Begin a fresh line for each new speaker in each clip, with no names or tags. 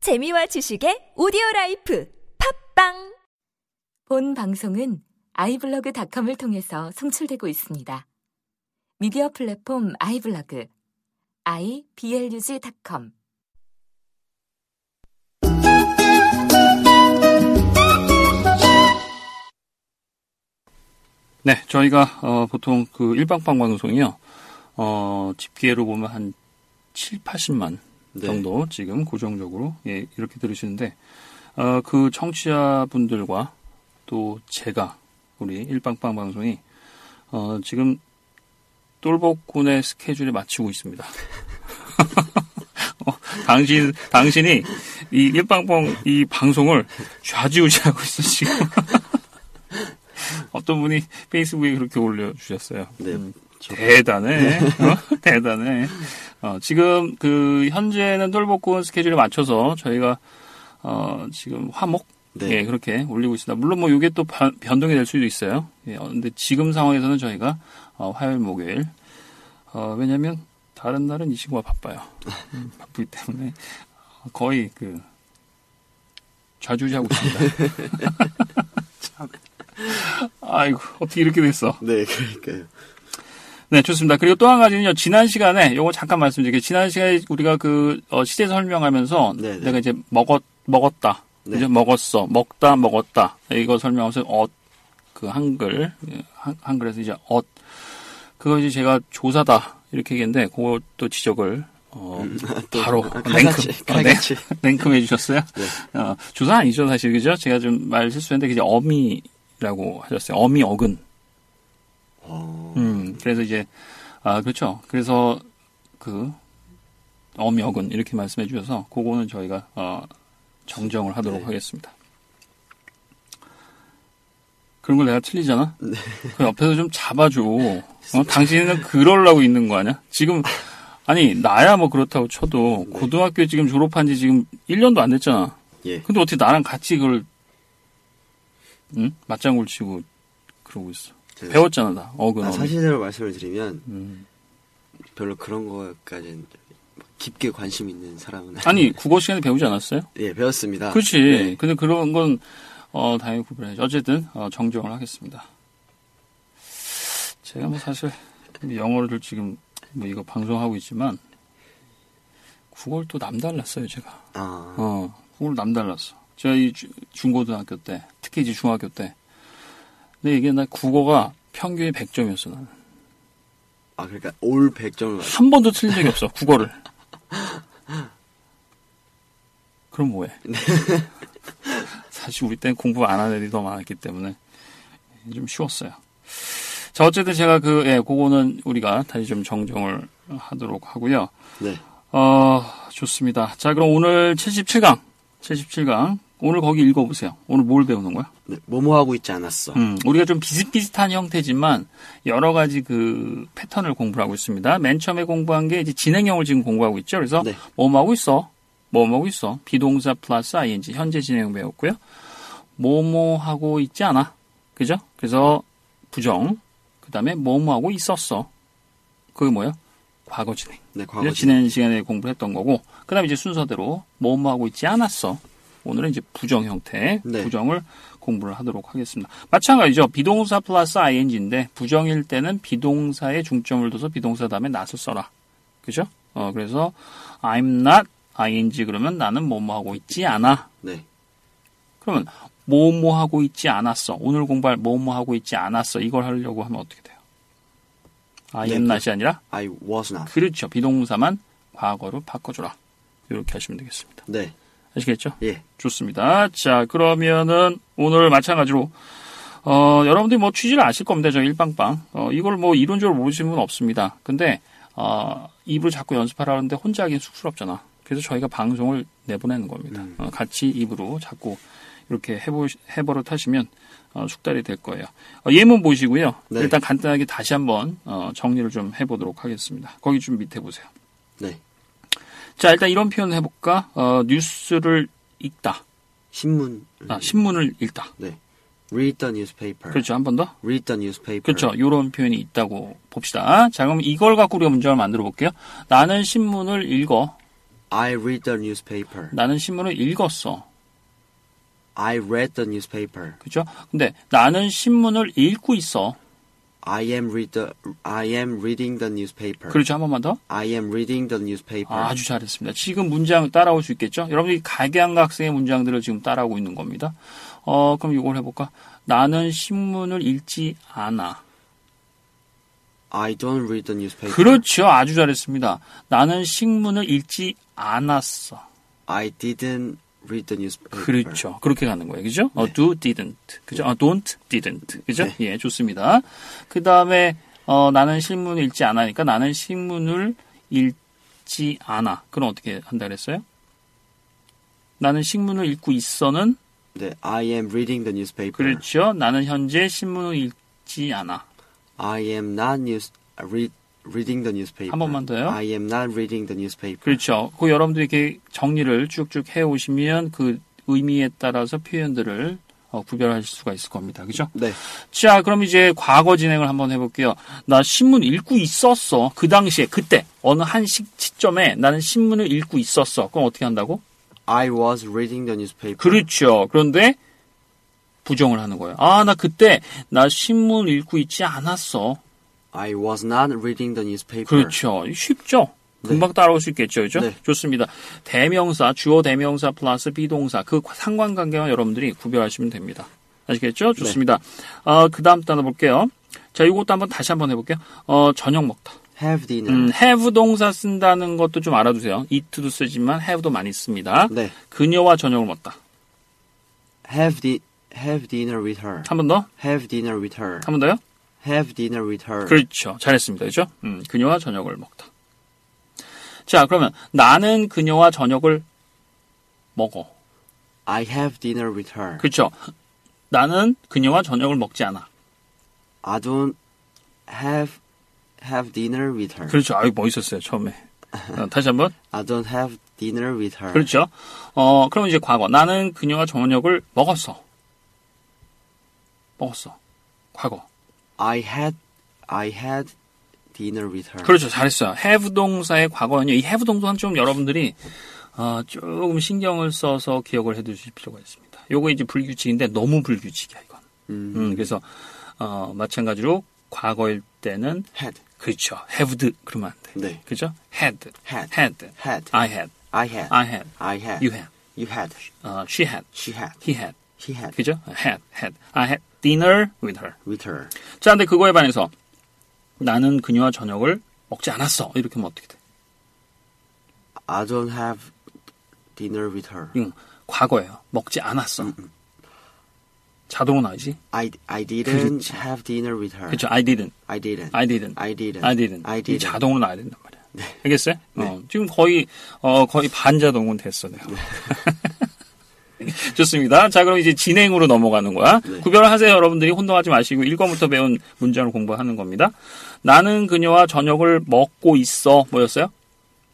재미와 지식의 오디오 라이프 팝빵
본 방송은 아이블로그닷컴을 통해서 송출되고 있습니다. 미디어 플랫폼 아이블로그 iblog.com
네, 저희가 어, 보통 그 일방방 방송이요. 어, 집계로 보면 한 7, 80만
네.
정도 지금 고정적으로 예, 이렇게 들으시는데 어, 그 청취자분들과 또 제가 우리 일방방 방송이 어, 지금 똘복군의 스케줄에 맞추고 있습니다. 어, 당신 당신이 이 일방방 이 방송을 좌지우지하고 있어 지금. 어떤 분이 페이스북에 그렇게 올려주셨어요.
네.
음,
저-
대단해. 어? 대단해. 어, 지금 그 현재는 똘복군 스케줄에 맞춰서 저희가 어, 지금 화목
네.
예, 그렇게 올리고 있습니다. 물론 뭐 이게 또 변- 변동이 될 수도 있어요. 예, 어, 근데 지금 상황에서는 저희가 어, 화요일, 목요일 어, 왜냐면 다른 날은 이 시구가 바빠요. 음, 바쁘기 때문에 거의 그 좌주지하고 있습니다. 참. 아이고 어떻게 이렇게 됐어?
네, 그러니까요.
네, 좋습니다. 그리고 또 한 가지는요. 지난 시간에 요거 잠깐 말씀드릴게요. 지난 시간에 우리가 그 어, 시제 설명하면서
네, 네.
내가 이제 먹었 먹었다.
네.
이제 먹었어. 먹다 먹었다. 이거 설명하면서 엇그 한글 예, 한, 한글에서 이제 엇 그거 이제 제가 조사다 이렇게 얘기했는데 그것도 지적을 어, 바로
음, 아, 칼같이,
어, 네.
칼같이.
냉큼 해주셨어요.
네.
어, 조사 아니죠 사실 그죠? 제가 좀 말 실수했는데 그게 어미라고 하셨어요. 어미 어근.
어,
음, 그래서 이제, 아, 그렇죠. 그래서 그, 엄역은 이렇게 말씀해 주셔서, 그거는 저희가, 어, 정정을 하도록
네.
하겠습니다. 그런 걸 내가 틀리잖아?
네.
그 옆에서 좀 잡아줘. 어, 당신은 그러려고 있는 거 아니야? 지금, 아니, 나야 뭐 그렇다고 쳐도, 고등학교 지금 졸업한 지 지금 1년도 안 됐잖아.
예.
근데 어떻게 나랑 같이 그걸, 응? 맞장구를 치고, 그러고 있어.
제가-
배웠잖아, 나. 어근,
아,
어미.
사실대로 말씀을 드리면
음.
별로 그런 거까지는 막 깊게 관심 있는 사람은
아니 국어 시간에 배우지 않았어요?
예, 배웠습니다.
그렇지.
네.
근데 그런 건 어, 당연히 구분해야지. 어쨌든 어, 정정을 하겠습니다. 제가 뭐 사실 영어를 지금 뭐 이거 방송하고 있지만 국어를 또 남달랐어요 제가.
아,
어, 그걸 남달랐어. 제가 이 주- 중고등학교 때, 특히 이제 중학교 때. 근데 이게 나 국어가 평균이 100점이었어, 나는.
아 그러니까 올 100점을 맞...
한 번도 틀린 적이 없어, 국어를. 그럼 뭐해? 사실 우리 때는 공부 안 하는 애들이 더 많았기 때문에 좀 쉬웠어요. 자, 어쨌든 제가 그, 예, 그거는 우리가 다시 좀 정정을 하도록 하고요.
네.
어, 좋습니다. 자, 그럼 오늘 77강, 77강. 오늘 거기 읽어보세요. 오늘 뭘 배우는 거야?
네. 뭐뭐 하고 있지 않았어.
음, 우리가 좀 비슷비슷한 형태지만 여러 가지 그 패턴을 공부를 하고 있습니다. 맨 처음에 공부한 게 이제 진행형을 지금 공부하고 있죠. 그래서
네.
뭐뭐하고 있어? 뭐뭐하고 있어? 비동사 플러스 ing 현재 진행 배웠고요. 뭐뭐하고 있지 않아? 그죠? 그래서 부정. 그다음에 뭐뭐하고 있었어. 그게 뭐예요? 과거 진행.
네,
그래서
과거
지난 시간에 공부를 했던 거고 그다음에 이제 순서대로 뭐뭐 하고 있지 않았어. 오늘은 이제 부정 형태,
네.
부정을 공부를 하도록 하겠습니다. 마찬가지죠. 비동사 플러스 ing인데 부정일 때는 비동사에 중점을 둬서 비동사 다음에 not을 써라. 그죠? 어 그래서 I'm not ing 그러면 나는 뭐뭐 하고 있지 않아.
네.
그러면 뭐뭐 하고 있지 않았어. 오늘 공부할 뭐뭐 하고 있지 않았어. 이걸 하려고 하면 어떻게 돼요? I am
네,
not이 아니라
I was not.
그렇죠. 비동사만 과거로 바꿔줘라. 이렇게 하시면 되겠습니다.
네.
아시겠죠?
예.
좋습니다. 자, 그러면은 오늘 마찬가지로 어, 여러분들이 뭐 취지를 아실 겁니다. 저 일방방. 어, 이걸 뭐 이론적으로 모르시는 분 없습니다. 근데 어, 입을 자꾸 연습하라는데 혼자 하긴 쑥스럽잖아. 그래서 저희가 방송을 내보내는 겁니다. 어, 같이 입으로 자꾸 이렇게 해보 해버릇 하시면 어, 숙달이 될 거예요. 어, 예문 보시고요.
네.
일단 간단하게 다시 한번 어, 정리를 좀 해보도록 하겠습니다. 거기 좀 밑에 보세요.
네.
자, 일단 이런 표현 해볼까? 어, 뉴스를 읽다.
신문.
아, 신문을 읽다.
네. Read the newspaper.
그렇죠. 한 번 더?
Read the newspaper.
그렇죠. 이런 표현이 있다고 봅시다. 자, 그럼 이걸 갖고 우리가 문장을 만들어 볼게요. 나는 신문을 읽어.
I read the newspaper.
나는 신문을 읽었어.
I read the newspaper.
그죠? 그렇죠? 근데 나는 신문을 읽고 있어.
I am read the I am reading the newspaper.
그렇죠? 한 번만 더.
I am reading the newspaper.
아주 잘했습니다. 지금 문장 따라올 수 있겠죠? 여러분이 각양각색의 문장들을 지금 따라오고 있는 겁니다. 어, 그럼 이걸 해볼까? 나는 신문을 읽지 않아.
I don't read the newspaper.
그렇죠. 아주 잘했습니다. 나는 신문을 읽지 않았어.
I didn't read the newspaper.
그렇죠. 그렇게 가는 거예요. 그죠? 어, do, didn't. 그죠? 어, don't, didn't. 그죠?
네.
예, 좋습니다. 그 다음에, 어, 나는 신문을 읽지 않으니까 나는 신문을 읽지 않아. 그럼 어떻게 한다 그랬어요? 나는 신문을 읽고 있어는,
네, I am reading the newspaper.
그렇죠. 나는 현재 신문을 읽지 않아.
I am not news read reading the newspaper.
한 번만 더요.
I am not reading the newspaper.
그렇죠. 그 여러분들이 이렇게 정리를 쭉쭉 해오시면 그 의미에 따라서 표현들을 어, 구별하실 수가 있을 겁니다. 그죠?
네.
자, 그럼 이제 과거 진행을 한번 해볼게요. 나 신문 읽고 있었어. 그 당시에, 그때, 어느 한 시- 시점에 나는 신문을 읽고 있었어. 그럼 어떻게 한다고?
I was reading the newspaper.
그렇죠. 그런데 부정을 하는 거예요. 아, 나 그때 나 신문 읽고 있지 않았어.
I was not reading the newspaper.
그렇죠. 쉽죠. 금방 따라올 수 있겠죠, 그죠?
네.
좋습니다. 대명사, 주어 대명사 플러스 비동사 그 상관관계만 여러분들이 구별하시면 됩니다. 아시겠죠? 좋습니다. 어, 그 다음 단어 볼게요. 자, 이것도 한번 다시 한번 해볼게요. 어, 저녁 먹다.
Have dinner.
음, have 동사 쓴다는 것도 좀 알아두세요. it도 쓰지만 have도 많이 씁니다.
네.
그녀와 저녁을 먹다.
Have di have dinner with her.
한 번 더?
Have dinner with her.
한 번 더요?
Have dinner with her.
그렇죠. 잘했습니다. 그죠? 음, 그녀와 저녁을 먹다. 자, 그러면 나는 그녀와 저녁을 먹어.
I have dinner with her.
그렇죠. 나는 그녀와 저녁을 먹지 않아.
I don't have have dinner with her.
그렇죠. 아유 멋있었어요 처음에. 어, 다시 한번.
I don't have dinner with her.
그렇죠. 어 그럼 이제 과거. 나는 그녀와 저녁을 먹었어. 먹었어. 과거.
I had I had dinner with her.
그렇죠. 잘했어요. have 동사의 과거는요. 이 have 동사는 좀 여러분들이 어, 조금 신경을 써서 기억을 해두실 필요가 있습니다. 요거 이제 불규칙인데 너무 불규칙이야 이건.
음,
음, 그래서 어, 마찬가지로 과거일 때는
had
그렇죠. have드 그러면 안 돼.
네.
그죠? had,
had
had,
had
I had,
I had
I had,
I had
you had,
you had
어, she had,
she had
he had.
he had
그죠? had, had. I had dinner with her.
with her.
자, 근데 그거에 반해서 나는 그녀와 저녁을 먹지 않았어. 이렇게 하면 어떻게 돼?
I don't have dinner with her.
이건 과거예요. 먹지 않았어.
음,
자동으로 나오지?
I I didn't
그렇지.
have dinner with her.
그렇죠? I didn't.
I didn't.
I didn't.
I didn't.
I didn't.
I
이
didn't.
자동으로 나와야 된단 말이야. 알겠어요? 어, 지금 거의, 어, 거의 반자동은 됐어, 내가. 좋습니다. 자, 그럼 이제 진행으로 넘어가는 거야.
네.
구별하세요, 여러분들이. 혼동하지 마시고, 1권부터 배운 문장을 공부하는 겁니다. 나는 그녀와 저녁을 먹고 있어. 뭐였어요?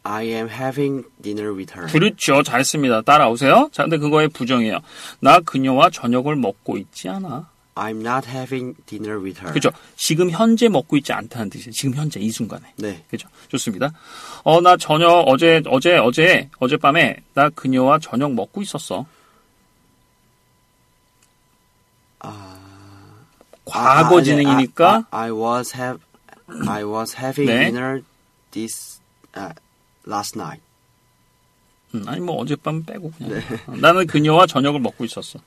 I am having dinner with her.
그렇죠. 잘했습니다. 따라오세요. 자, 근데 그거의 부정이에요. 나 그녀와 저녁을 먹고 있지 않아.
I'm not having dinner with her.
그죠? 지금 현재 먹고 있지 않다는 뜻이에요. 지금 현재, 이 순간에.
네.
그죠? 좋습니다. 어, 나 저녁, 어제, 어제, 어제, 어젯밤에 나 그녀와 저녁 먹고 있었어. 과거
아, 네.
진행이니까,
아, 아, I was have I was having
네.
dinner this 아, last night.
음, 아니, 뭐, 어젯밤 빼고 그냥.
네.
어, 나는 그녀와 저녁을 먹고 있었어.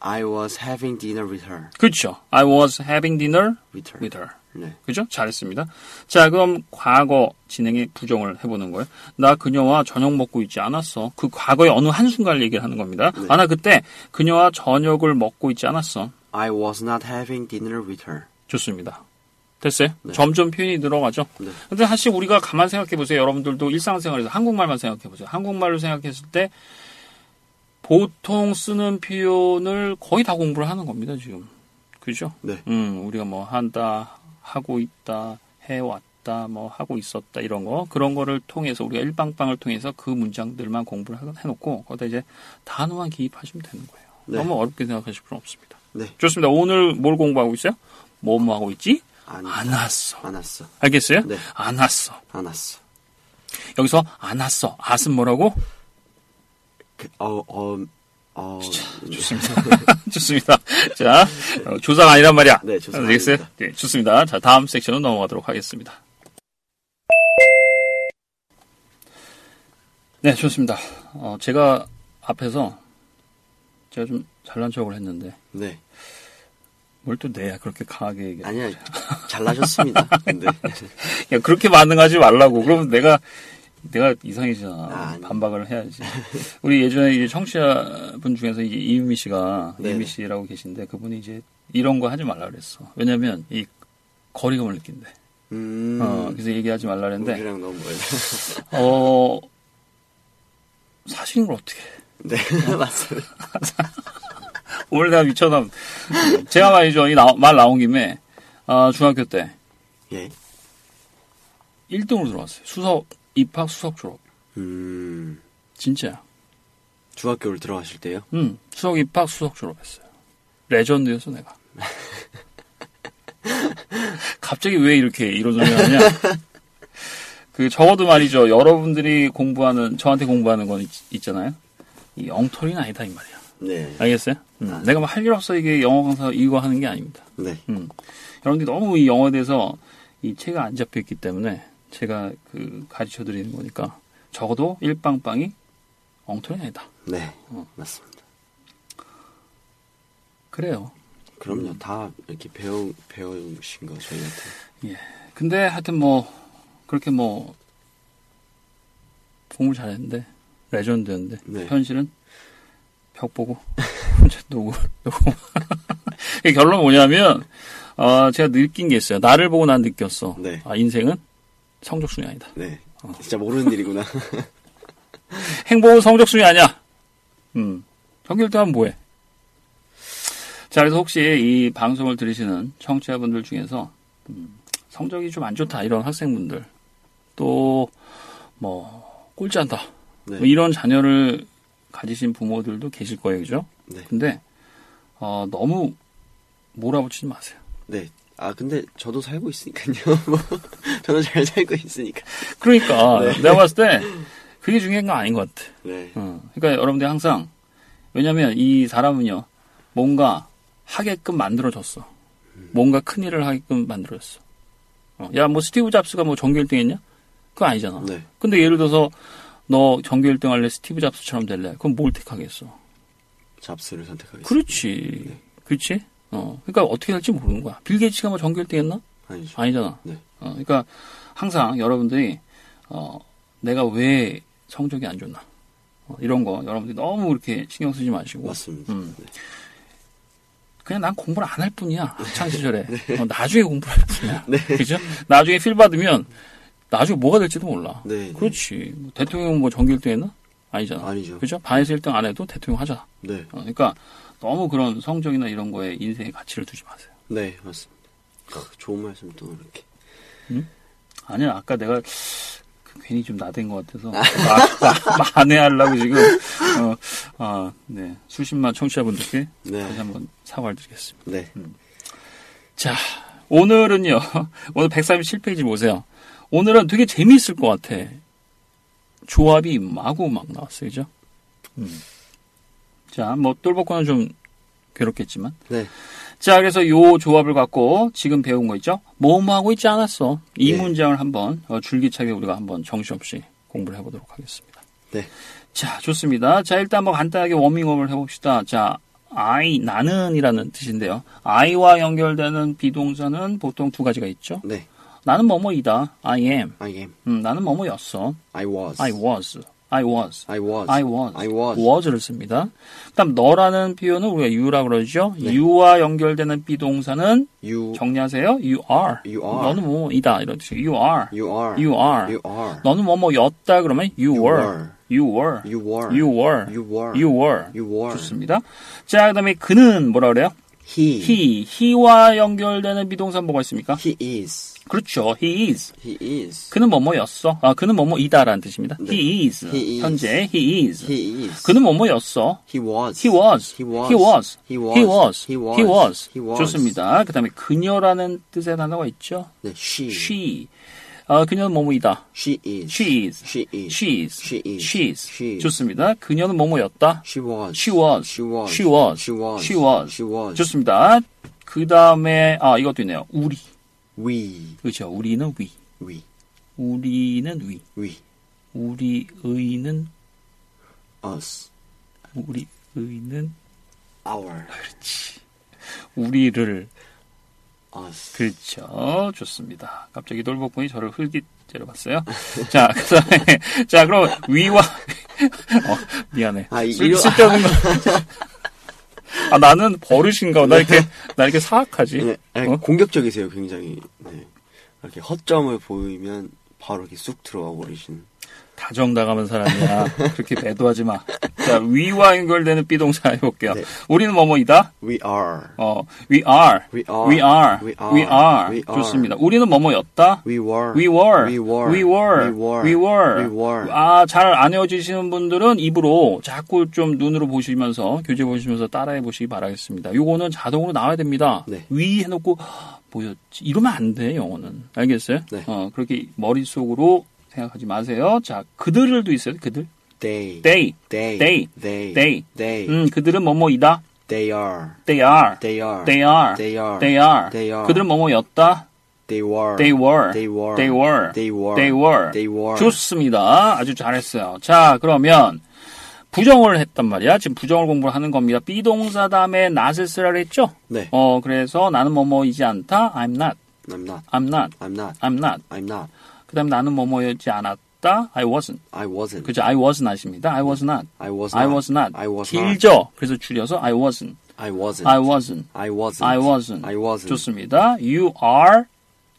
I was having dinner with her.
그렇죠. I was having dinner
With her.
with her.
네.
그죠? 잘했습니다. 자, 그럼 과거 진행의 부정을 해보는 거예요. 나 그녀와 저녁 먹고 있지 않았어. 그 과거의 어느 한순간을 얘기를 하는 겁니다.
네.
아, 나 그때 그녀와 저녁을 먹고 있지 않았어.
I was not having dinner with her.
좋습니다. 됐어요? 점점 표현이 늘어가죠?
네.
근데 사실 우리가 가만 생각해 보세요. 여러분들도 일상생활에서 한국말만 생각해 보세요. 한국말로 생각했을 때 보통 쓰는 표현을 거의 다 공부를 하는 겁니다, 지금. 그죠?
네.
음, 우리가 뭐 한다, 하고 있다, 해왔다, 뭐 하고 있었다, 이런 거. 그런 거를 통해서 우리가 일방방을 통해서 그 문장들만 공부를 하- 해놓고 거기다 이제 단어만 기입하시면 되는 거예요.
네.
너무 어렵게 생각하실 필요는 없습니다.
네.
좋습니다. 오늘 뭘 공부하고 있어요? 뭐 뭐 하고 있지?
안,
안 왔어.
안 왔어.
알겠어요?
네.
안 왔어.
안 왔어.
여기서 안 왔어. 아은 뭐라고?
그, 어, 어, 어.
좋습니다. 좋습니다. 자, 어, 조사가 아니란 말이야.
네, 조사가
알겠어요?
아닙니다.
네, 좋습니다. 자, 다음 섹션으로 넘어가도록 하겠습니다. 네, 좋습니다. 어, 제가 앞에서 제가 좀 잘난 척을 했는데
네.
뭘 또 내야 그렇게 강하게 얘기해.
아니야. 잘나셨습니다. 네. 근데.
네. 야, 그렇게 반응하지 말라고. 그러면 내가, 내가 이상해지잖아.
아, 아니.
반박을 해야지. 우리 예전에 이제 청취자분 중에서 이제 이유미 씨가,
네네.
이유미 씨라고 계신데 그분이 이제 이런 거 하지 말라 그랬어. 왜냐면 이 거리감을 느낀대.
음.
어, 그래서 얘기하지 말라 그랬는데,
우리랑 너무 멀
어, 사실인 걸 어떻게 해.
네, 맞습니다.
오늘 내가 미쳐남. 제가 말이죠. 이 말 나온 김에, 아, 중학교 때
예.
1등으로 들어왔어요. 수석, 입학, 수석 졸업.
음.
진짜야.
중학교를 들어가실 때요?
응, 수석 입학, 수석 졸업했어요. 레전드였어, 내가. 갑자기 왜 이렇게 이러저러 하냐? 그, 적어도 말이죠. 여러분들이 공부하는, 저한테 공부하는 건 있, 잖아요이 엉터리는 아니다, 이 말이야.
네.
알겠어요? 음, 내가 막 할 일 없어, 이게 영어 강사 이거 하는 게 아닙니다.
네.
음. 여러분들이 너무 이 영어에 대해서 이 체가 안 잡혀있기 때문에 제가 그 가르쳐 드리는 거니까 적어도 일빵빵이 엉터리는 아니다.
네. 맞습니다.
그래요.
그럼요. 다 이렇게 배우, 배우신 거 저희한테.
근데 하여튼 뭐 그렇게 뭐 공부 잘했는데 레전드였는데
네.
현실은 벽 보고 혼자 누구 누구 결론 은 뭐냐면 어, 제가 느낀 게 있어요. 나를 보고 난 느꼈어.
네.
아, 인생은 성적 순위 아니다.
네. 진짜 모르는 일이구나.
행복은 성적 순위 아니야. 음. 성결 때하면 뭐해? 자, 그래서 혹시 이 방송을 들으시는 청취자분들 중에서 음, 성적이 좀 안 좋다 이런 학생분들 또 뭐 꼴찌한다
네.
뭐 이런 자녀를 가지신 부모들도 계실 거예요, 그죠?
네.
근데 어, 너무 몰아붙이지 마세요.
네. 아, 근데 저도 살고 있으니까요. 뭐, 저는 잘 살고 있으니까.
그러니까
네.
내가 봤을 때 그게 중요한 건 아닌 것 같아.
네.
어, 그러니까 여러분들 항상 왜냐하면 이 사람은요 뭔가 하게끔 만들어졌어. 뭔가 큰 일을 하게끔 만들어졌어. 야 뭐 스티브 잡스가 뭐 전교 1등했냐? 그거 아니잖아.
네.
근데 예를 들어서 너 전교 1등 할래 스티브 잡스처럼 될래? 그럼 뭘 택하겠어?
잡스를 선택하겠습니다.
그렇지, 그렇지. 어, 그러니까 어떻게 할지 모르는 거야. 빌 게이츠가 뭐 전교 1등했나?
아니죠.
아니잖아.
네.
어, 그러니까 항상 여러분들이 어, 내가 왜 성적이 안 좋나 어, 이런 거 여러분들이 너무 이렇게 신경 쓰지 마시고
맞습니다.
음.
네.
그냥 난 공부를 안 할 뿐이야 학창 시절에
네.
어, 나중에 공부를 할 뿐이야 그죠? 나중에 필 받으면 나중에 뭐가 될지도 몰라.
네, 네.
그렇지 뭐 대통령 뭐 전교 1등했나 아니잖아.
아니죠.
그죠? 반에서 1등 안 해도 대통령 하자.
네.
어, 그러니까 너무 그런 성적이나 이런 거에 인생의 가치를 두지 마세요.
네, 맞습니다. 크, 좋은 말씀 또 이렇게.
아니야, 아까 내가 괜히 좀 나댄 것 같아서 마- 마- 만회하려고 지금 어, 아, 네. 수십만 청취자분들께
네.
다시 한번 사과를 드리겠습니다.
네.
자, 오늘은요. 오늘 137페이지 보세요. 오늘은 되게 재미있을 것 같아. 조합이 마구 막 나왔어요. 그죠? 음. 자, 뭐 똘복고는 좀 괴롭겠지만
네.
자, 그래서 요 조합을 갖고 지금 배운 거 있죠? 모험하고 있지 않았어. 이
예.
문장을 한번 어, 줄기차게 우리가 한번 정신없이 공부를 해보도록 하겠습니다.
네.
자, 좋습니다. 자, 일단 뭐 간단하게 워밍업을 해봅시다. 자, I, 나는이라는 뜻인데요. I와 연결되는 비동사는 보통 두 가지가 있죠.
네.
나는 뭐뭐이다. I am.
I am.
음, 나는 뭐뭐였어.
I was.
I was. I was.
I was.
I was.
I was.
를 씁니다. 그다음 너라는 표현은 우리가 you라 그러죠.
네.
you와 연결되는 비동사는
You.
정리하세요. You are.
You are.
너는 뭐뭐이다 이런 뜻이. You are.
You are.
You are.
You are.
너는 뭐뭐였다 그러면 you,
You
were.
were.
You were.
You were.
You were.
You were.
You were.
You were.
좋습니다. 자, 그다음에 그는 뭐라 그래요?
He.
He. He와 연결되는 비동사 는 뭐가 있습니까?
He is.
그렇죠. He is.
He is.
그는 뭐뭐였어. 아, 그는 뭐뭐이다라는 뜻입니다.
네.
He is.
He is.
현재 he is.
He is.
그는 뭐뭐였어.
He was.
He was.
He was.
He was.
He was.
He was.
He was.
He was.
He was.
좋습니다. 그다음에 그녀라는 뜻의 단어가 있죠.
네. She.
she. 아, 그녀는 뭐뭐이다.
She is.
She is.
She
She
is.
is.
She is.
She is.
She is.
좋습니다. 그녀는 뭐뭐였다.
She was.
She was.
She was.
She was.
She was.
She was.
She was.
좋습니다. 그 다음에 아 이것도 있네요. 우리
We.
그렇죠. 우리는 위.
We.
우리는 위.
We.
우리의는
Us.
우리의는
Our.
우리를
Us.
그렇죠. 좋습니다. 갑자기 돌복군이 저를 흘깃째려 봤어요. 자, 그 다음에, 자, 그럼 위와, 어, 미안해.
아, 이-
쓸,
이거-
쓸데없는 거. 아, 나는 버릇인가? 나 이렇게, 나 이렇게 사악하지?
네, 아니,
어?
공격적이세요, 굉장히. 네. 이렇게 허점을 보이면 바로 이렇게 쑥 들어가 버리시는.
다정다감한 사람이야. 그렇게 배도하지 마. 자, 위와 연결되는 비동사 해볼게요.
네.
우리는 뭐뭐이다?
We are.
어, we are.
We are.
We are.
We are.
We are.
We are.
좋습니다. 우리는 뭐뭐였다?
We were.
We were.
We were.
We were. We
We were.
were.
We were.
아, 잘 안 외워지시는 분들은 입으로 자꾸 좀 눈으로 보시면서, 교재 보시면서 따라해 보시기 바라겠습니다. 요거는 자동으로 나와야 됩니다.
네.
위 해놓고, 아, 뭐였지? 이러면 안 돼, 영어는. 알겠어요?
네.
어, 그렇게 머릿속으로 생각하지 마세요. 자, 그들도 있어요, 그들.
They.
They.
They.
They.
They.
They. Mm.
They.
음, 그들은 뭐뭐이다.
They are.
They are.
They are.
They are.
They are.
They are.
They are.
그들은 뭐뭐였다.
They were.
They were.
They were.
They were.
They were.
They were.
They were.
좋습니다. 아주 잘했어요. 자, 그러면 부정을 했단 말이야. 지금 부정을 공부를 하는 겁니다. 비동사 다음에 not을 쓰라고 했죠?
네.
어, 그래서 나는 뭐뭐이지 않다. I'm not.
I'm not.
I'm not.
I'm not.
I'm not.
I'm not.
그 다음에 나는 뭐뭐였지 않았다. I wasn't.
I wasn't.
그죠? I was not입니다. I was not.
I was not.
I was not.
I was not.
길죠? 그래서 줄여서 I wasn't.
I wasn't.
I wasn't.
I wasn't.
I wasn't.
I wasn't.
좋습니다. You are.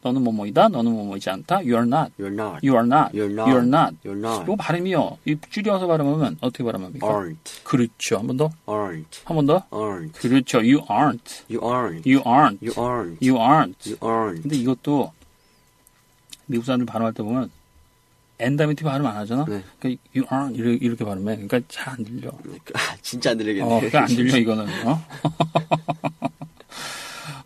너는 뭐뭐이다. 너는 뭐뭐이지 않다. You are not.
You're not.
You are not.
You're not.
You're not.
You're not.
요 발음이요. 이 줄여서 발음하면 어떻게 발음합니까?
aren't.
그렇죠. 한 번 더.
Aren't.
한 번 더.
Aren't.
그렇죠. You aren't.
You aren't.
You aren't.
You aren't.
You aren't.
You aren't.
근데 이것도 미국 사람들 발음할 때 보면 N 다음에 T 발음 안 하잖아.
네.
그러니까 you aren't 이렇게, 이렇게 발음해. 그러니까 잘 안 들려.
아, 진짜 안 들리겠네.
어, 그러니까 안 들려 이거는. 어?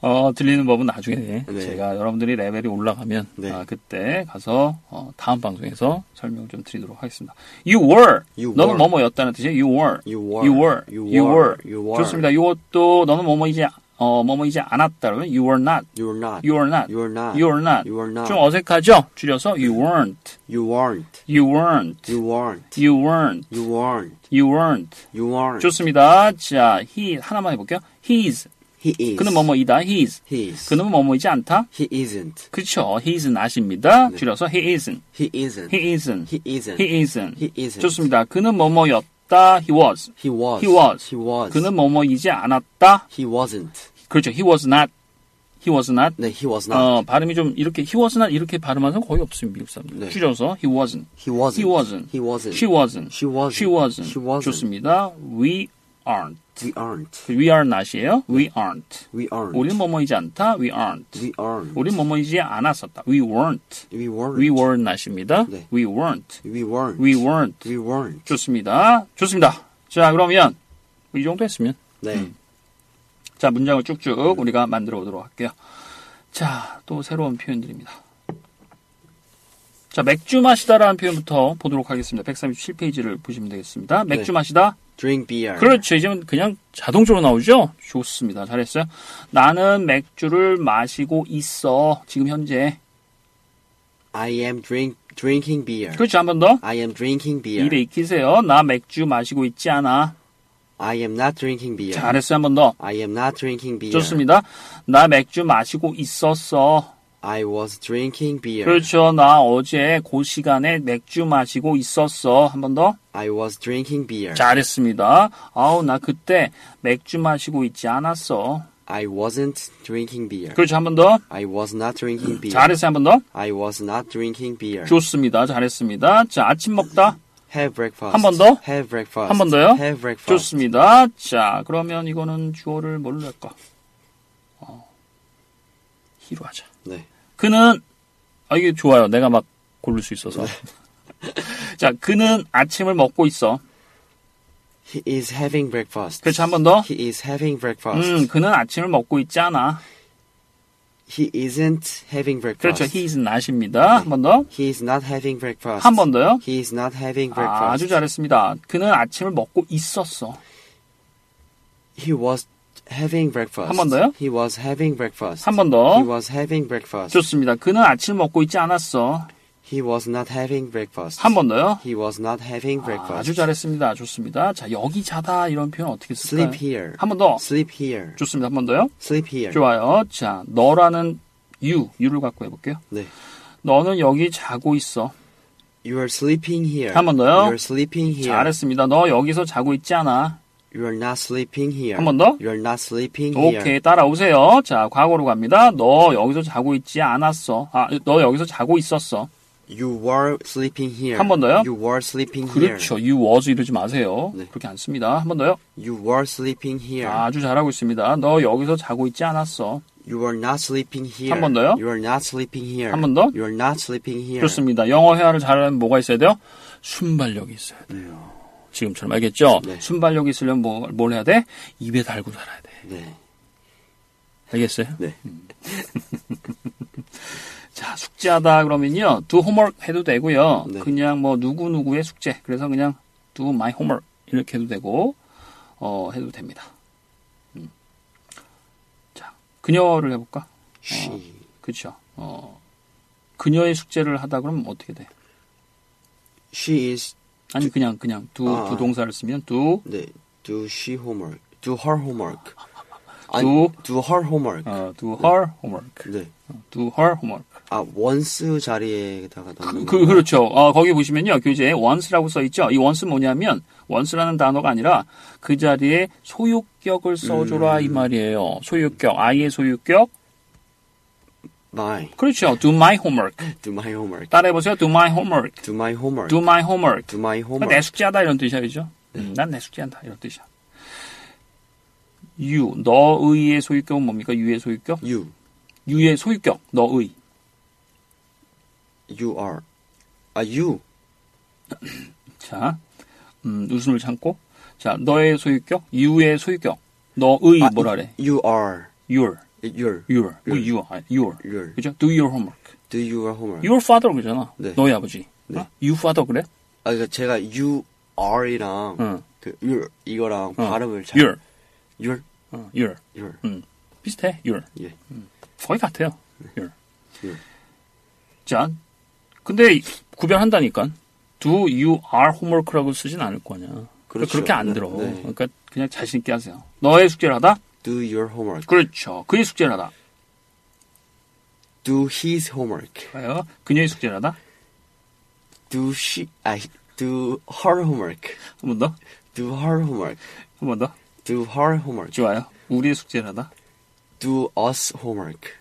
어, 들리는 법은 나중에
네.
제가 여러분들이 레벨이 올라가면
네.
아, 그때 가서 어, 다음 방송에서 설명 좀 드리도록 하겠습니다. You were.
You
너는
were.
뭐뭐였다는 뜻이에요. You were.
You were.
You were.
You
You
were.
were.
You were.
좋습니다. 이것도 너는 뭐뭐이지 어, 뭐뭐이지 않았다 그러면 you were not.
You were not.
You were not.
You were not.
You were not.
You were not.
좀 어색하죠? 줄여서 you weren't.
You weren't.
You weren't.
You weren't.
You weren't.
You weren't.
You weren't.
You weren't.
좋습니다. 자, he 하나만 해볼게요. He's
He is.
그는 뭐뭐이다. He is.
He is.
그는 뭐뭐이지 않다.
He isn't.
그렇죠. He is not입니다. 줄여서 he isn't.
He isn't.
He isn't.
네. He isn't.
He isn't.
He isn't.
좋습니다. 그는 뭐뭐였다. He was.
He was.
He was.
He was.
그는 뭐뭐이지 않았다.
He wasn't.
그렇죠. He was not. He was not.
네, he was not.
어, 발음이 좀 이렇게 he was not 이렇게 발음하는 사람 거의 없습니다. 미국 사람들.
네.
줄여서 he wasn't.
He wasn't.
He wasn't.
He wasn't.
She wasn't.
She wasn't.
She wasn't.
She wasn't.
좋습니다. We aren't.
We aren't.
We are not이에요. We aren't.
We aren't.
우리는 뭐뭐이지 않다. We aren't.
We aren't.
우린 뭐뭐이지 않았었다. We weren't.
We weren't.
We were not입니다.
네.
We weren't.
We weren't.
We weren't.
We weren't.
좋습니다. 좋습니다. 자, 그러면 이 정도 했으면
네.
자, 문장을 쭉쭉 우리가 만들어 보도록 할게요. 자, 또 새로운 표현들입니다. 자, 맥주 마시다라는 표현부터 보도록 하겠습니다. 137페이지를 보시면 되겠습니다. 맥주
네.
마시다.
Drink beer.
그렇죠. 이제는 그냥 자동적으로 나오죠? 좋습니다. 잘했어요. 나는 맥주를 마시고 있어. 지금 현재.
I am drink drinking beer.
그렇죠. 한 번 더.
I am drinking beer.
입에 익히세요. 나 맥주 마시고 있지 않아.
I am not drinking beer.
잘했어요. 한 번 더.
I am not drinking beer.
좋습니다. 나 맥주 마시고 있었어.
I was drinking beer.
그렇죠. 나 어제 그 시간에 맥주 마시고 있었어. 한 번 더.
I was drinking beer.
잘했습니다. 아우, 나 그때 맥주 마시고 있지 않았어.
I wasn't drinking beer.
그렇죠. 한 번 더.
I was not drinking beer.
잘했어요. 한 번 더.
I was not drinking beer.
좋습니다. 잘했습니다. 자, 아침 먹다.
Have breakfast.
한번 더?
Have breakfast.
한번 더요?
Have breakfast.
좋습니다. 자, 그러면 이거는 주어를 뭘로 할까? 어, 히로 하자.
네.
그는 아 이게 좋아요. 내가 막 고를 수 있어서.
네.
자, 그는 아침을 먹고 있어.
He is having breakfast.
그렇죠. 한 번 더.
He is having breakfast.
음, 그는 아침을 먹고 있지 않아.
He isn't having breakfast.
그렇죠. He is not입니다. 한 번 더.
He is not having breakfast.
한 번 더요.
He is not having breakfast.
아주 잘했습니다. 그는 아침을 먹고 있었어.
He was having breakfast.
한번 더요?
He was having breakfast.
한번 더.
He was having breakfast.
좋습니다. 그는 아침을 먹고 있지 않았어.
He was not having breakfast.
한 번 더요.
He was not having breakfast.
아주 잘했습니다. 좋습니다. 자, 여기 자다 이런 표현 어떻게 쓸까요?
Sleep here.
한 번 더.
Sleep here.
좋습니다. 한 번 더요.
Sleep here.
네. 좋아요. 자, 너라는 you, you를 갖고 해볼게요.
네.
너는 여기 자고 있어.
You are sleeping here.
한번 더요.
You are sleeping here.
잘했습니다. 너 여기서 자고 있지 않아.
You are not sleeping here.
한번 더.
You are not sleeping here.
오케이, 따라오세요. 자, 과거로 갑니다. 너 여기서 자고 있지 않았어. 아, 너 여기서 자고 있었어.
You were sleeping here.
한번 더요.
You were sleeping here.
그렇죠. you was 이러지 마세요.
예. 네. 예.
그렇게 안 씁니다. 한 번 더요.
You were sleeping here.
아주 잘하고 있습니다. 너 여기서 자고 있지 않았어.
You were not sleeping here.
한번 더요.
You were not sleeping here.
한번 더.
You were not sleeping here.
좋습니다. 영어 회화를 잘하면 뭐가 있어야 돼요? 순발력이 있어야 돼요. 지금처럼 알겠죠?
네.
순발력이 있으려면 뭐, 뭘 해야 돼? 입에 달고 살아야 돼.
네.
알겠어요?
네.
자, 숙제하다 그러면요. do homework 해도 되고요.
네.
그냥 뭐 누구누구의 숙제. 그래서 그냥 do my homework 이렇게 해도 되고 어, 해도 됩니다. 음. 자, 그녀를 해 볼까?
She.
그렇죠. 어. 그녀의 숙제를 하다 그러면 어떻게 돼?
She is.
아니 그냥 그냥 두 두
아, 아.
동사를 쓰면 do
네. Do she homework? Do her homework?
Do-
do her homework.
어, do her homework.
네.
do her homework.
아 once 자리에다가
그,
넣는.
그- 그렇죠. 어, 거기 보시면요. 교재에 once라고 써 있죠. 이 once 뭐냐면 once라는 단어가 아니라 그 자리에 소유격을 써 줘라
음.
이 말이에요. 소유격. I의 소유격.
My.
그렇죠. do my homework.
Do my homework.
따라해 보세요. do my homework.
Do my homework.
do my homework.
Do my
그 내
homework. 네.
숙제하다 이런 뜻이죠. 음, 난 내 숙제한다 이런 뜻이야. you 너의의 소유격은 뭡니까? you의 소유격?
You.
you의 소유격 너의.
You are. 아 you.
자, 음, 웃음을 참고. 자, 너의 소유격, you의 소유격, 너의
아,
뭐라 그래? 뭐,
You are.
your,
Your.
your, 그
your.
your, your, 아니, your.
Your.
그죠? do your homework.
Do your homework.
your father 그러잖아.
네.
너의 아버지.
네.
어? you father 그래?
아 그러니까 제가 you are이랑
응.
그 your 이거랑
어.
발음을 잘.
your,
Your.
어, your.
Your.
음, 비슷해. your.
예.
거의 같아요.
네.
your.
Your.
자, 근데 구별한다니까. do you are homework라고 쓰진 않을 거냐. 그러니까
그렇죠.
그렇게 안 들어.
네.
그러니까 그냥 자신 있게 하세요. 너의 숙제를 하다?
Do your homework.
그렇죠. 그의 숙제를 하다.
Do his homework.
봐요. 그녀의 숙제를 하다.
Do she? 아 do her homework.
한 번 더.
Do her homework.
한 번 더.
Do her homework.
좋아요. 우리의 숙제를 하다.
Do us homework.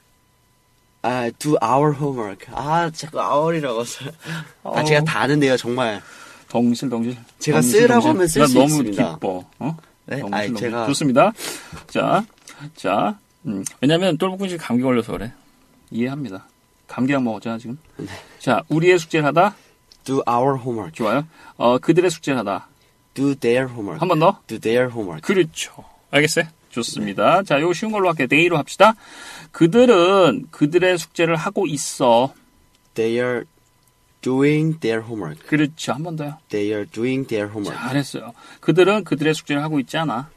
아, do our homework. 아, 자꾸 our이라고 써. 아, 제가 다 아는데요, 정말.
덩실덩실.
제가
덩실덩실.
쓰라고 하면 쓸
나
수
너무
있습니다.
기뻐. 어?
네?
덩실덩실.
아니, 제가-
좋습니다. 자, 자. 음, 왜냐면 똘복군씨 감기 걸려서 그래. 이해합니다. 감기약 먹었잖아 지금.
네.
자, 우리의 숙제를 하다.
Do our homework.
좋아요. 어, 그들의 숙제를 하다.
Do their homework.
한 번 더.
Do their homework.
그렇죠. 알겠어요? 좋습니다.
네.
자, 요거 쉬운 걸로 할게요. 데이로 합시다. 그들은 그들의 숙제를 하고 있어.
They are doing their homework.
그렇죠. 한 번 더요.
They are doing their homework.
잘했어요. 그들은 그들의 숙제를 하고 있지 않아.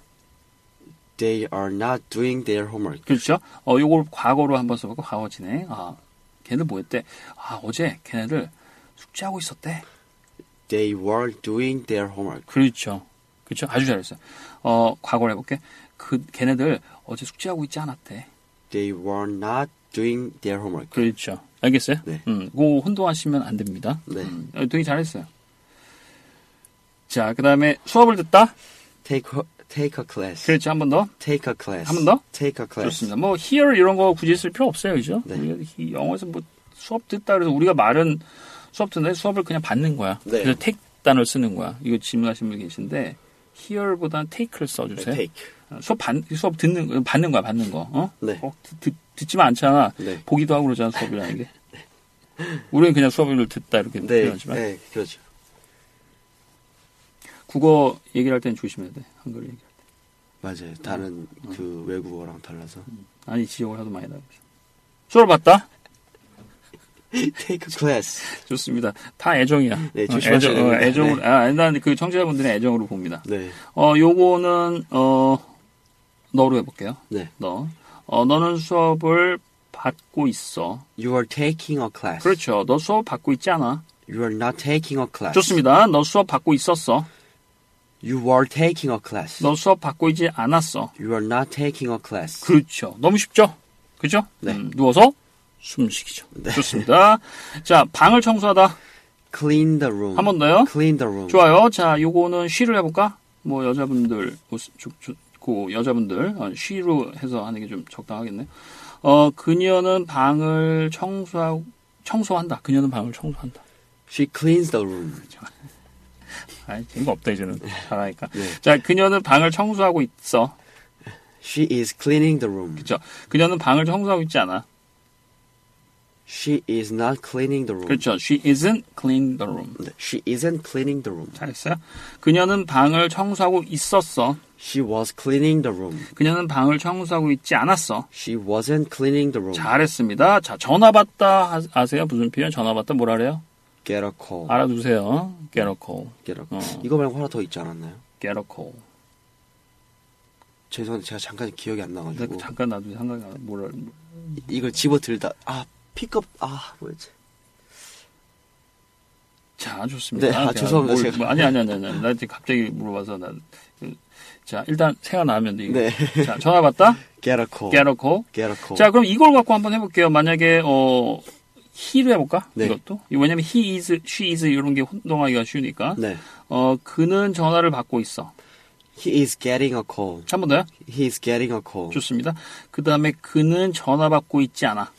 They are not doing their homework.
그렇죠? 어, 요걸 과거로 한번 써볼까? 과거 진행. 아, 걔네들 뭐 했대? 아, 어제 걔네들 숙제하고 있었대.
They were doing their homework.
그렇죠. 그렇죠? 아주 잘했어요. 어, 과거로 해볼게. 그, 걔네들 어제 숙제하고 있지 않았대.
They were not doing their homework.
그렇죠. 알겠어요?
네.
음, 그거 혼동하시면 안 됩니다.
네.
음, 어, 되게 잘했어요. 자, 그 다음에 수업을 듣다?
Take ho- take a class.
그렇죠. 한 번 더.
Take a class.
한번 더?
Take a class.
좋습니다. 뭐 here 이런 거 굳이 쓸 필요 없어요, 그죠?
네.
우리가 이 영어에서 뭐 수업 듣다 그래서 우리가 말은 수업 듣는데 수업을 그냥 받는 거야.
네.
그래서 take 단어를 쓰는 거야. 이거 질문하신 분 계신데 here보다는 take를 써주세요.
네, Take.
어, 수업 받 수업 듣는 거, 받는 거야, 받는 거. 어?
네.
꼭 듣, 듣, 듣지만 않잖아.
네.
보기도 하고 그러잖아 수업이라는 게. 우리는 그냥 수업을 듣다 이렇게
네.
표현하지만
네. 그렇죠.
국어 얘기를 할 때는 조심해야 돼. 한글 얘기. 음.
맞아요. 다른 그 외국어랑 달라서.
아니 지적을 하도 많이 나가죠. 수업 봤다?
Take a class.
좋습니다. 다 애정이야.
네,
어,
조심하셔야
애정,
됩니다.
애정을,
네.
아, 난그 청취자분들의 애정으로 봅니다.
네,
어, 요거는, 어, 너로 해볼게요.
네.
너. 어, 너는 수업을 받고 있어.
You are taking a class.
그렇죠. 너 수업 받고 있지 않아?
You are not taking a class.
좋습니다. 너 수업 받고 있었어.
You were taking a class.
너 수업 받고 있지 않았어.
You are not taking a class.
그렇죠. 너무 쉽죠? 그죠?
네.
음, 누워서 숨쉬기죠. 좋습니다. 자, 방을 청소하다.
Clean the room.
한 번 더요.
Clean the room.
좋아요. 자, 요거는 쉬를 해볼까? 뭐 여자분들 뭐, 조- 조- 고 여자분들 어, 쉬로 해서 하는 게 좀 적당하겠네요. 어, 그녀는 방을 청소하고 청소한다. 그녀는 방을 청소한다.
She cleans the room.
아, 재미가 없다 이제는 잘하니까.
네.
자, 그녀는 방을 청소하고 있어.
She is cleaning the room.
그죠? 그녀는 방을 청소하고 있지 않아.
She is not cleaning the room.
그렇죠. She isn't cleaning the room.
네, She isn't cleaning the room.
잘했어요. 그녀는 방을 청소하고 있었어.
She was cleaning the room.
그녀는 방을 청소하고 있지 않았어.
She wasn't cleaning the room.
잘했습니다. 자, 전화 받다 하- 아세요? 무슨 표현? 전화 받다 뭐라 그래요?
Get a call.
알아두세요. Get a call.
Get a
어.
이거 말고 하나 더 있지 않았나요?
Get a call.
죄송한데 제가 잠깐 기억이 안
근데
나가지고
잠깐 나도 생각이 안 나. 뭐라 뭐-
이걸 집어 들다 아 픽업 아 뭐였지?
자, 좋습니다.
네, 아,
제가
죄송합니다.
뭘-
제가.
뭐- 아니, 아니, 아니, 아니. 나 지금 갑자기 물어봐서 난. 자, 일단 생각나면 돼.
네. 어.
자, 전화 받다?
Get a call.
Get a call.
Get a call.
자, 그럼 이걸 갖고 한번 해볼게요. 만약에 어 he로 해볼까?
네.
이것도 이거 왜냐면 he is, she is 이런 게 혼동하기가 쉬우니까.
네.
어 그는 전화를 받고 있어.
He is getting a call.
한 번 더요.
He is getting a call.
좋습니다. 그 다음에 그는 전화 받고 있지 않아.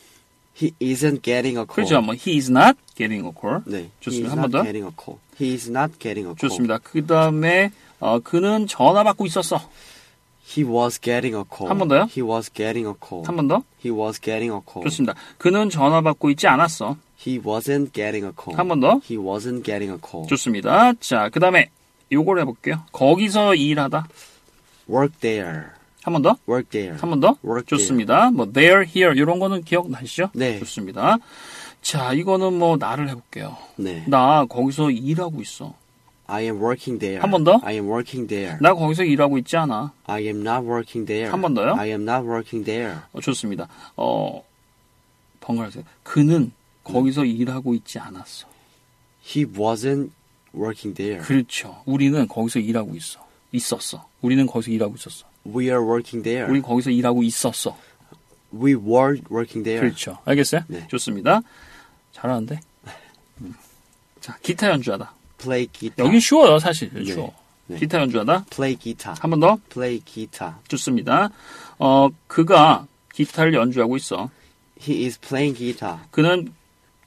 He isn't getting a call.
그렇죠. 뭐 he is not getting a call.
어. 네.
좋습니다.
He
한번
is
더.
not getting a call. He is not getting a call.
좋습니다. 그 다음에 어 그는 전화 받고 있었어.
He was getting a call.
한번 더요?
He was getting a call.
한 번 더.
He was getting a call.
좋습니다. 그는 전화 받고 있지 않았어.
He wasn't getting a call.
한번 더.
He wasn't getting a call.
좋습니다. 자, 그 다음에 요걸 해볼게요. 거기서 일하다.
Work there.
한 번 더.
Work there.
한 번 더?
Work there.
좋습니다. 뭐 there, here 이런 거는 기억나시죠?
네.
좋습니다. 자, 이거는 뭐 나를 해볼게요.
네.
나 거기서 일하고 있어.
I am working there.
한번 더?
I am working there.
나 거기서 일하고 있지 않아.
I am not working there.
한번 더요?
I am not working there.
어, 좋습니다. 어, 번갈아세요. 그는
네.
거기서 일하고 있지 않았어.
He wasn't working there.
그렇죠. 우리는 거기서 일하고 있어. 있었어. 우리는 거기서 일하고 있었어.
We are working there.
우리 거기서 일하고 있었어.
We were working there.
그렇죠. 알겠어요?
네.
좋습니다. 잘하는데. 음. 자, 기타 연주하다.
Play guitar.
여긴 쉬워요, 사실. 쉬워.
아. 네.
기타 연주하다.
Play guitar.
한 번 더.
Play guitar.
좋습니다. 어, 그가 기타를 연주하고 있어.
He is playing guitar.
그는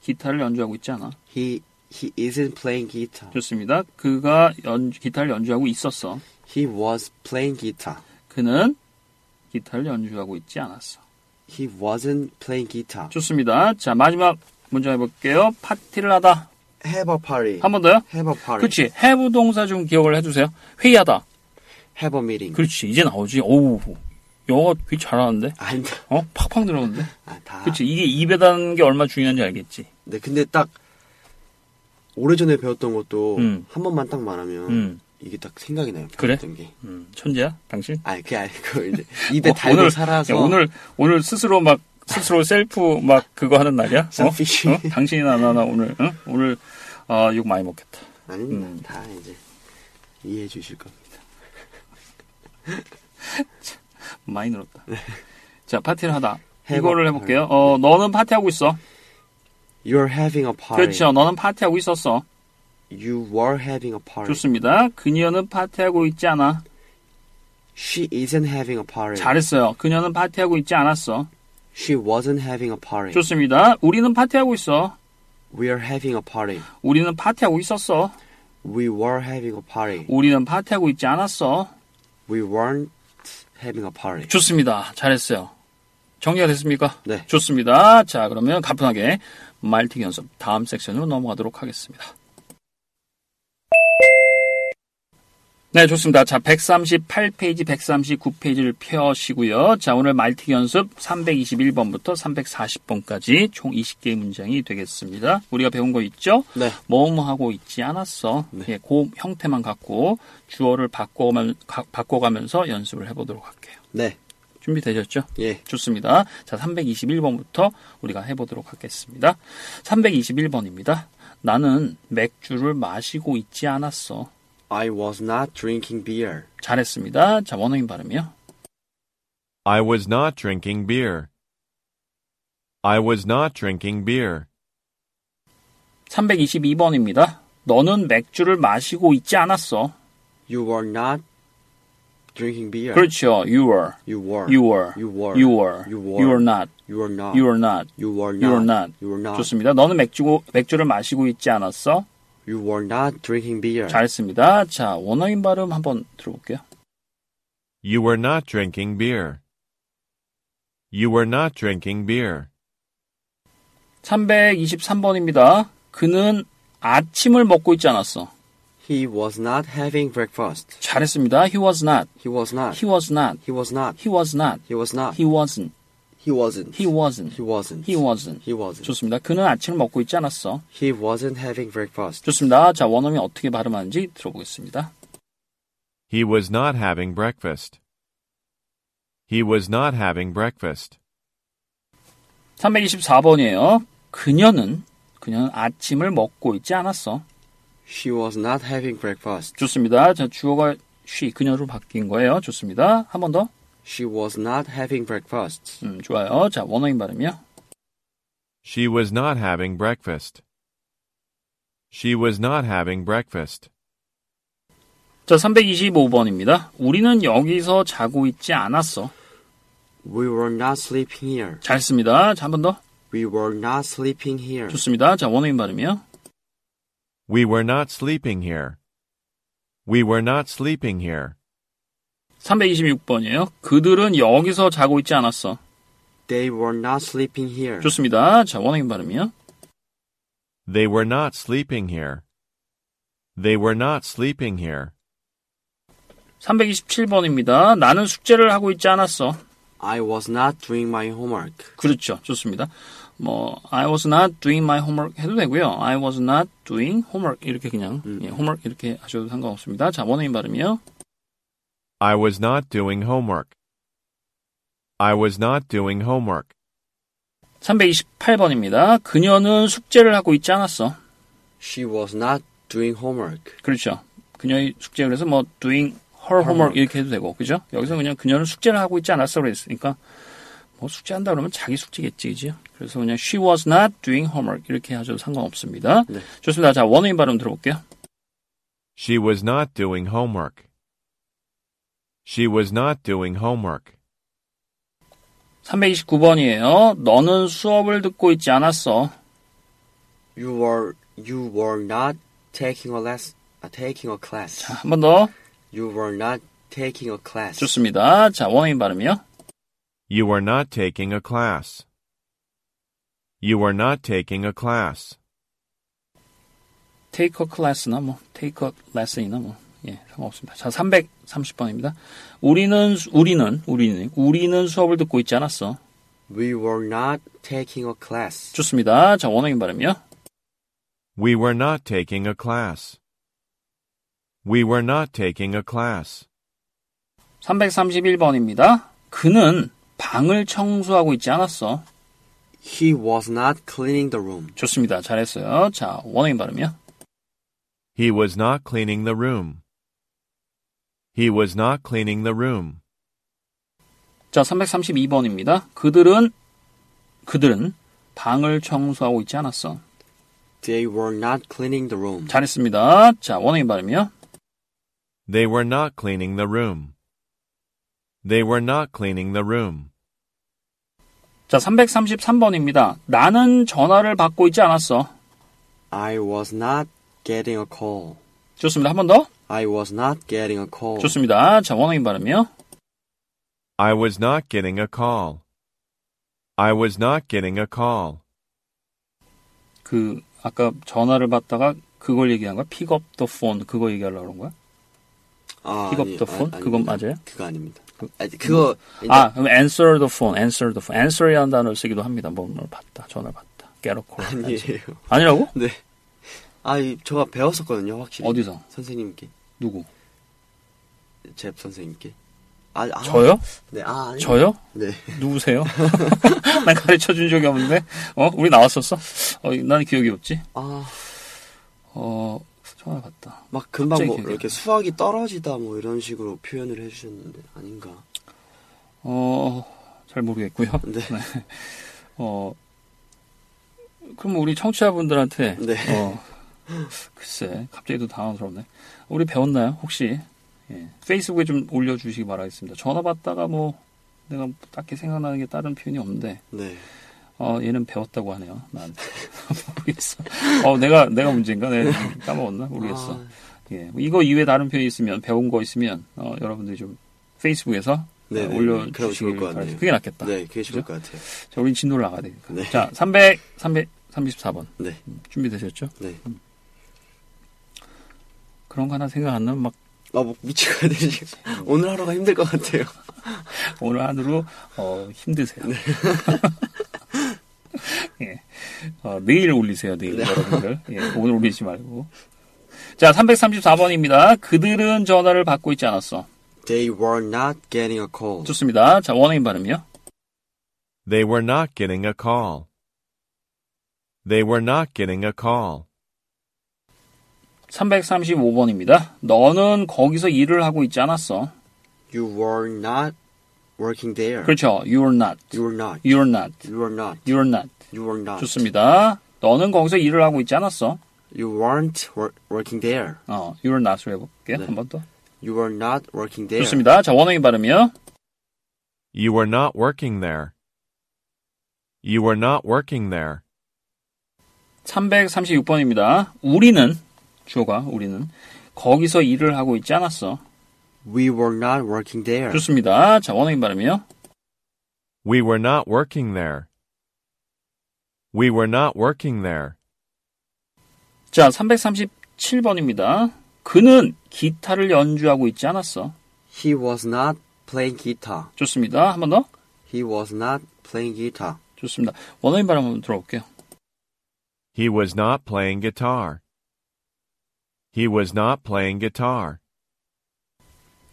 기타를 연주하고 있지 않아.
He he isn't playing guitar.
좋습니다. 그가 연, 기타를 연주하고 있었어.
He was playing guitar.
그는 기타를 연주하고 있지 않았어.
He wasn't playing guitar.
좋습니다. 자, 마지막 문장 해볼게요. 파티를 하다.
Have a party.
한 번 더요.
Have a party.
그렇지. 해부 동사 좀 기억을 해주세요. 회의하다.
Have a meeting.
그렇지. 이제 나오지. 오우. 영어 되게 잘하는데?
아니,
어? 팍팍 들어오는데?
아, 다.
그렇지. 이게 입에 닿는 게 얼마나 중요한지 알겠지.
네, 근데 딱 오래전에 배웠던 것도
음.
한 번만 딱 말하면
음.
이게 딱 생각이 나요.
그래?
배웠던 게.
음, 천재야? 당신?
아니, 그게 아니고 이제 입에
어,
달고 살아서
야, 오늘 오늘 스스로 막 스스로 셀프 막 그거 하는 날이야? 어?
셀피쉬.
어? 당신이나 나나 오늘 응? 오늘 아, 욕 많이 먹겠다.
아닙니다.
음.
다 이제 이해해 주실 겁니다.
많이 늘었다. 자, 파티를 하다.
네. 해봐. 네.
이거를 해볼게요. 어, 너는 파티하고 있어.
You're having a party.
그렇죠. 너는 파티하고 있었어.
You were having a party.
좋습니다. 그녀는 파티하고 있지 않아.
She isn't having a party.
잘했어요. 그녀는 파티하고 있지 않았어.
She wasn't having a party.
좋습니다. 우리는 파티하고 있어.
We are having a party.
우리는 파티하고 있었어.
We were having a party.
우리는 파티하고 있지 않았어.
We weren't having a party.
네, 좋습니다. 잘했어요. 정리가 됐습니까?
네.
좋습니다. 자, 그러면 가뿐하게 말티기 연습 다음 섹션으로 넘어가도록 하겠습니다. 네, 좋습니다. 자, 138페이지, 139페이지를 펴시고요. 자, 오늘 말티기 연습 321번부터 340번까지 총 20개의 문장이 되겠습니다. 우리가 배운 거 있죠?
네.
뭐뭐 하고 있지 않았어. 예, 그 형태만 갖고 주어를 바꿔가면, 가- 바꿔가면서 연습을 해보도록 할게요.
네.
준비되셨죠?
예.
좋습니다. 자, 321번부터 우리가 해보도록 하겠습니다. 321번입니다. 나는 맥주를 마시고 있지 않았어.
I was not drinking beer.
잘했습니다. 자, 원어민 발음이요.
I was not drinking beer. I was not drinking beer.
322번입니다. 너는 맥주를 마시고 있지 않았어.
You were not drinking beer.
그렇죠. You were.
You were.
You were.
You were.
You were.
You were.
You were not.
You were not.
You were not.
You were not.
You were not.
You were not.
좋습니다. 너는 맥주, 맥주를 마시고 있지 않았어.
You were not drinking beer.
잘했습니다. 자, 원어민 발음 한번 들어볼게요.
You were not drinking beer. You were not drinking beer.
323번입니다. 그는 아침을 먹고 있지 않았어.
He was not having breakfast.
잘했습니다. He was not.
He was not.
He was not.
He was not.
He was not.
He was not.
He wasn't.
He wasn't.
He wasn't.
He wasn't.
He wasn't.
He wasn't.
좋습니다. 그는 아침을 먹고 있지 않았어.
He wasn't having breakfast.
좋습니다. 자, 원어민 어떻게 발음하는지 들어보겠습니다.
He was not having breakfast. He was not having breakfast.
324번이에요. 그녀는 그녀는 아침을 먹고 있지 않았어.
She was not having breakfast.
좋습니다. 자, 주어가 she 그녀로 바뀐 거예요. 좋습니다. 한 번 더.
She was not having breakfast.
음, 좋아요. 자, 원어민 발음이요.
She was not having breakfast. She was not having breakfast.
자, 325번입니다. 우리는 여기서 자고 있지 않았어.
We were not sleeping here.
잘 씁니다. 자, 한 번 더.
We were not sleeping here.
좋습니다. 자, 원어민 발음이요.
We were not sleeping here. We were not sleeping here.
326번이에요. 그들은 여기서 자고 있지 않았어.
They were not sleeping here.
좋습니다. 자, 원어민 발음이요.
They were not sleeping here. They were not sleeping here.
327번입니다. 나는 숙제를 하고 있지 않았어.
I was not doing my homework.
그렇죠. 좋습니다. 뭐 I was not doing my homework 해도 되고요. I was not doing homework 이렇게 그냥 예, homework 이렇게 하셔도 상관없습니다. 자, 원어민 발음이요.
I was not doing homework. I was not doing homework.
328번입니다. 그녀는 숙제를 하고 있지 않았어.
She was not doing homework.
그렇죠. 그녀의 숙제를 해서 뭐 doing her homework 이렇게 해도 되고. 그죠? 여기서 그냥 그녀는 숙제를 하고 있지 않았어 그랬으니까 뭐 숙제한다 그러면 자기 숙제겠지. 그죠? 그래서 그냥 she was not doing homework 이렇게 하셔도 상관없습니다.
네.
좋습니다. 자, 원어민 발음 들어볼게요.
She was not doing homework. She was not doing homework.
329번이에요. 너는 수업을 듣고 있지 않았어.
You were you were not taking a less uh, taking a class.
한 번 더.
You were not taking a class.
좋습니다. 자, 원어민 발음이요.
You were not taking a class. You were not taking a class.
take a class나 뭐 take a lesson이나 뭐 예, 상관없습니다. 자, 330번입니다. 우리는 수- 우리는 우리는 우리는 수업을 듣고 있지 않았어.
We were not taking a class.
좋습니다. 자, 원어민 발음이요.
We were not taking a class. We were not taking a class.
331번입니다. 그는 방을 청소하고 있지 않았어.
He was not cleaning the room.
좋습니다. 잘했어요. 자, 원어민 발음이요.
He was not cleaning the room. He was not cleaning the room.
자, 332번입니다. 그들은 그들은 방을 청소하고 있지 않았어.
They were not cleaning the room.
잘했습니다. 자, 원어민 발음이요.
They were not cleaning the room. They were not cleaning the room.
자, 333번입니다. 나는 전화를 받고 있지 않았어.
I was not getting a call.
좋습니다. 한 번 더.
I was not getting a call.
좋습니다. 자, 원어민 발음이요.
I was not getting a call. I was not getting a call.
그 아까 전화를 받다가 그걸 얘기한 거야? 픽업 더 폰 그거 얘기하려고 그런 거야?
아,
Pick up
아니에요.
the phone?
아,
그건
아닙니다.
맞아요?
그거 아닙니다. 아, 그거
아, 그럼 answer the phone, answer the phone. answer이라는 단어를 쓰기도 합니다. 뭔을 봤다, 전화를 봤다. get a call. answer.
아니에요.
아니라고?
네. 아, 이- 제가 배웠었거든요, 확실히.
어디서?
선생님께,
누구?
잽 선생님께. 아, 아,
저요?
네, 아, 아니.
저요?
네.
누구세요? 난 가르쳐 준 적이 없는데. 어? 우리 나왔었어? 어, 난 기억이 없지?
아,
어, 전화 봤다.
막 금방 뭐
갑자기
이렇게 수학이 떨어지다 뭐 이런 식으로 표현을 해주셨는데 아닌가.
어, 잘 모르겠고요.
네.
어, 그럼 우리 청취자분들한테.
네.
어, 글쎄, 갑자기 또 당황스럽네. 우리 배웠나요? 혹시? 예. 페이스북에 좀 올려주시기 바라겠습니다. 전화 받다가 뭐, 내가 딱히 생각나는 게 다른 표현이 없는데.
네.
어, 얘는 배웠다고 하네요. 난 모르겠어. 어, 내가 내가 문제인가? 내가 까먹었나? 모르겠어.
아,
예, 뭐 이거 이외에 다른 표현 이 있으면 배운 거 있으면 어, 여러분들이 좀 페이스북에서
네, 네,
아, 올려
네. 그럼 좋을 것 같네요.
그게 낫겠다.
네, 그게 좋을
그죠?
것 같아요.
자, 우리 진도를 나가야 되니까.
네.
자, 300, 300, 34번
네,
준비되셨죠?
네.
그런 거 하나 생각 안 나면 막
아, 뭐 미치겠네 지금.
음.
오늘 하루가 힘들 것 같아요.
오늘 하루 어, 힘드세요. 예. 어, 내일 올리세요, 내일 여러분들. 예, 오늘 올리지 말고. 자, 334번입니다. 그들은 전화를 받고 있지 않았어.
They were not getting a call.
좋습니다. 자, 원어민 발음이요.
They were not getting a call. They were not getting a call.
335번입니다. 너는 거기서 일을 하고 있지 않았어.
You were not working there.
그렇죠. You're not.
You were not.
You're not.
You were not.
You're not.
You were not.
좋습니다. 너는 거기서 일을 하고 있지 않았어.
You weren't wor- working there.
어, you're not으로 해볼게요.
네.
한 번 더.
You were not working there.
좋습니다. 자, 원어민 발음이요.
You were not working there. You were not working there.
336번입니다. 우리는 주어가 우리는 거기서 일을 하고 있지 않았어.
We were not working there.
좋습니다. 자, 원어민 발음이요.
We were not working there. We were not working there.
자, 337번입니다. 그는 기타를 연주하고 있지 않았어.
He was not playing guitar.
좋습니다. 한 번 더.
He was not playing guitar.
좋습니다. 원어민 발음 한번 들어볼게요.
He was not playing guitar. He was not playing guitar.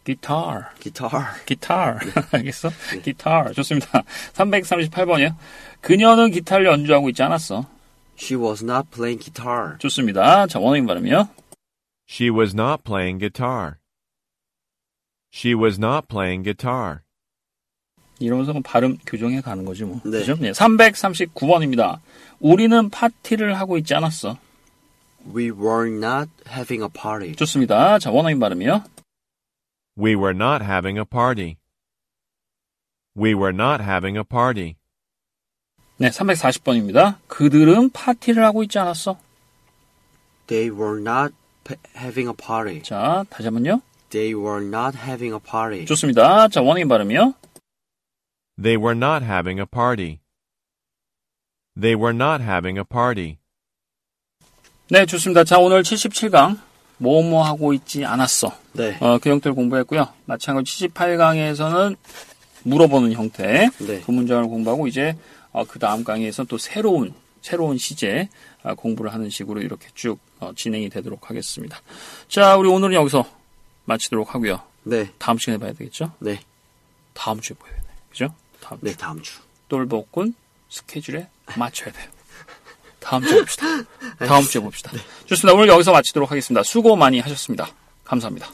기타,
Guitar.
기타. 알겠어? 기타. 좋습니다. 338번이요. 그녀는 기타를 연주하고 있지 않았어.
She was not playing guitar.
좋습니다. 자, 원어민 발음이요.
She was not playing guitar. She was not playing guitar.
이러면서 그럼 발음 교정해 가는 거지 뭐.
네.
그죠? 네. 339번입니다. 우리는 파티를 하고 있지 않았어.
We were not having a party.
좋습니다. 자, 원어민 발음이요.
We were not having a party. We were not having a party.
네, 340번입니다. 그들은 파티를 하고 있지 않았어.
They were not p- having a party.
자, 다시 한번요.
They were not having a party.
좋습니다. 자, 원어민 발음이요.
They were not having a party. They were not having a party.
네, 좋습니다. 자, 오늘 77강 뭐뭐 하고 있지 않았어.
네.
어, 그 형태를 공부했고요. 마찬가지로 78강에서는 물어보는 형태
네.
그 문장을 공부하고 이제 그 다음 강의에서 또 새로운 새로운 시제 아, 공부를 하는 식으로 이렇게 쭉 어, 진행이 되도록 하겠습니다. 자, 우리 오늘은 여기서 마치도록 하고요.
네.
다음 시간에 봐야 되겠죠?
네.
다음 주에 봐야 되네. 그죠? 다음
네, 다음 주.
똘복군 스케줄에 맞춰야 돼요. 다음 주에
네.
봅시다. 다음 주에 봅시다. 좋습니다. 오늘 여기서 마치도록 하겠습니다. 수고 많이 하셨습니다. 감사합니다.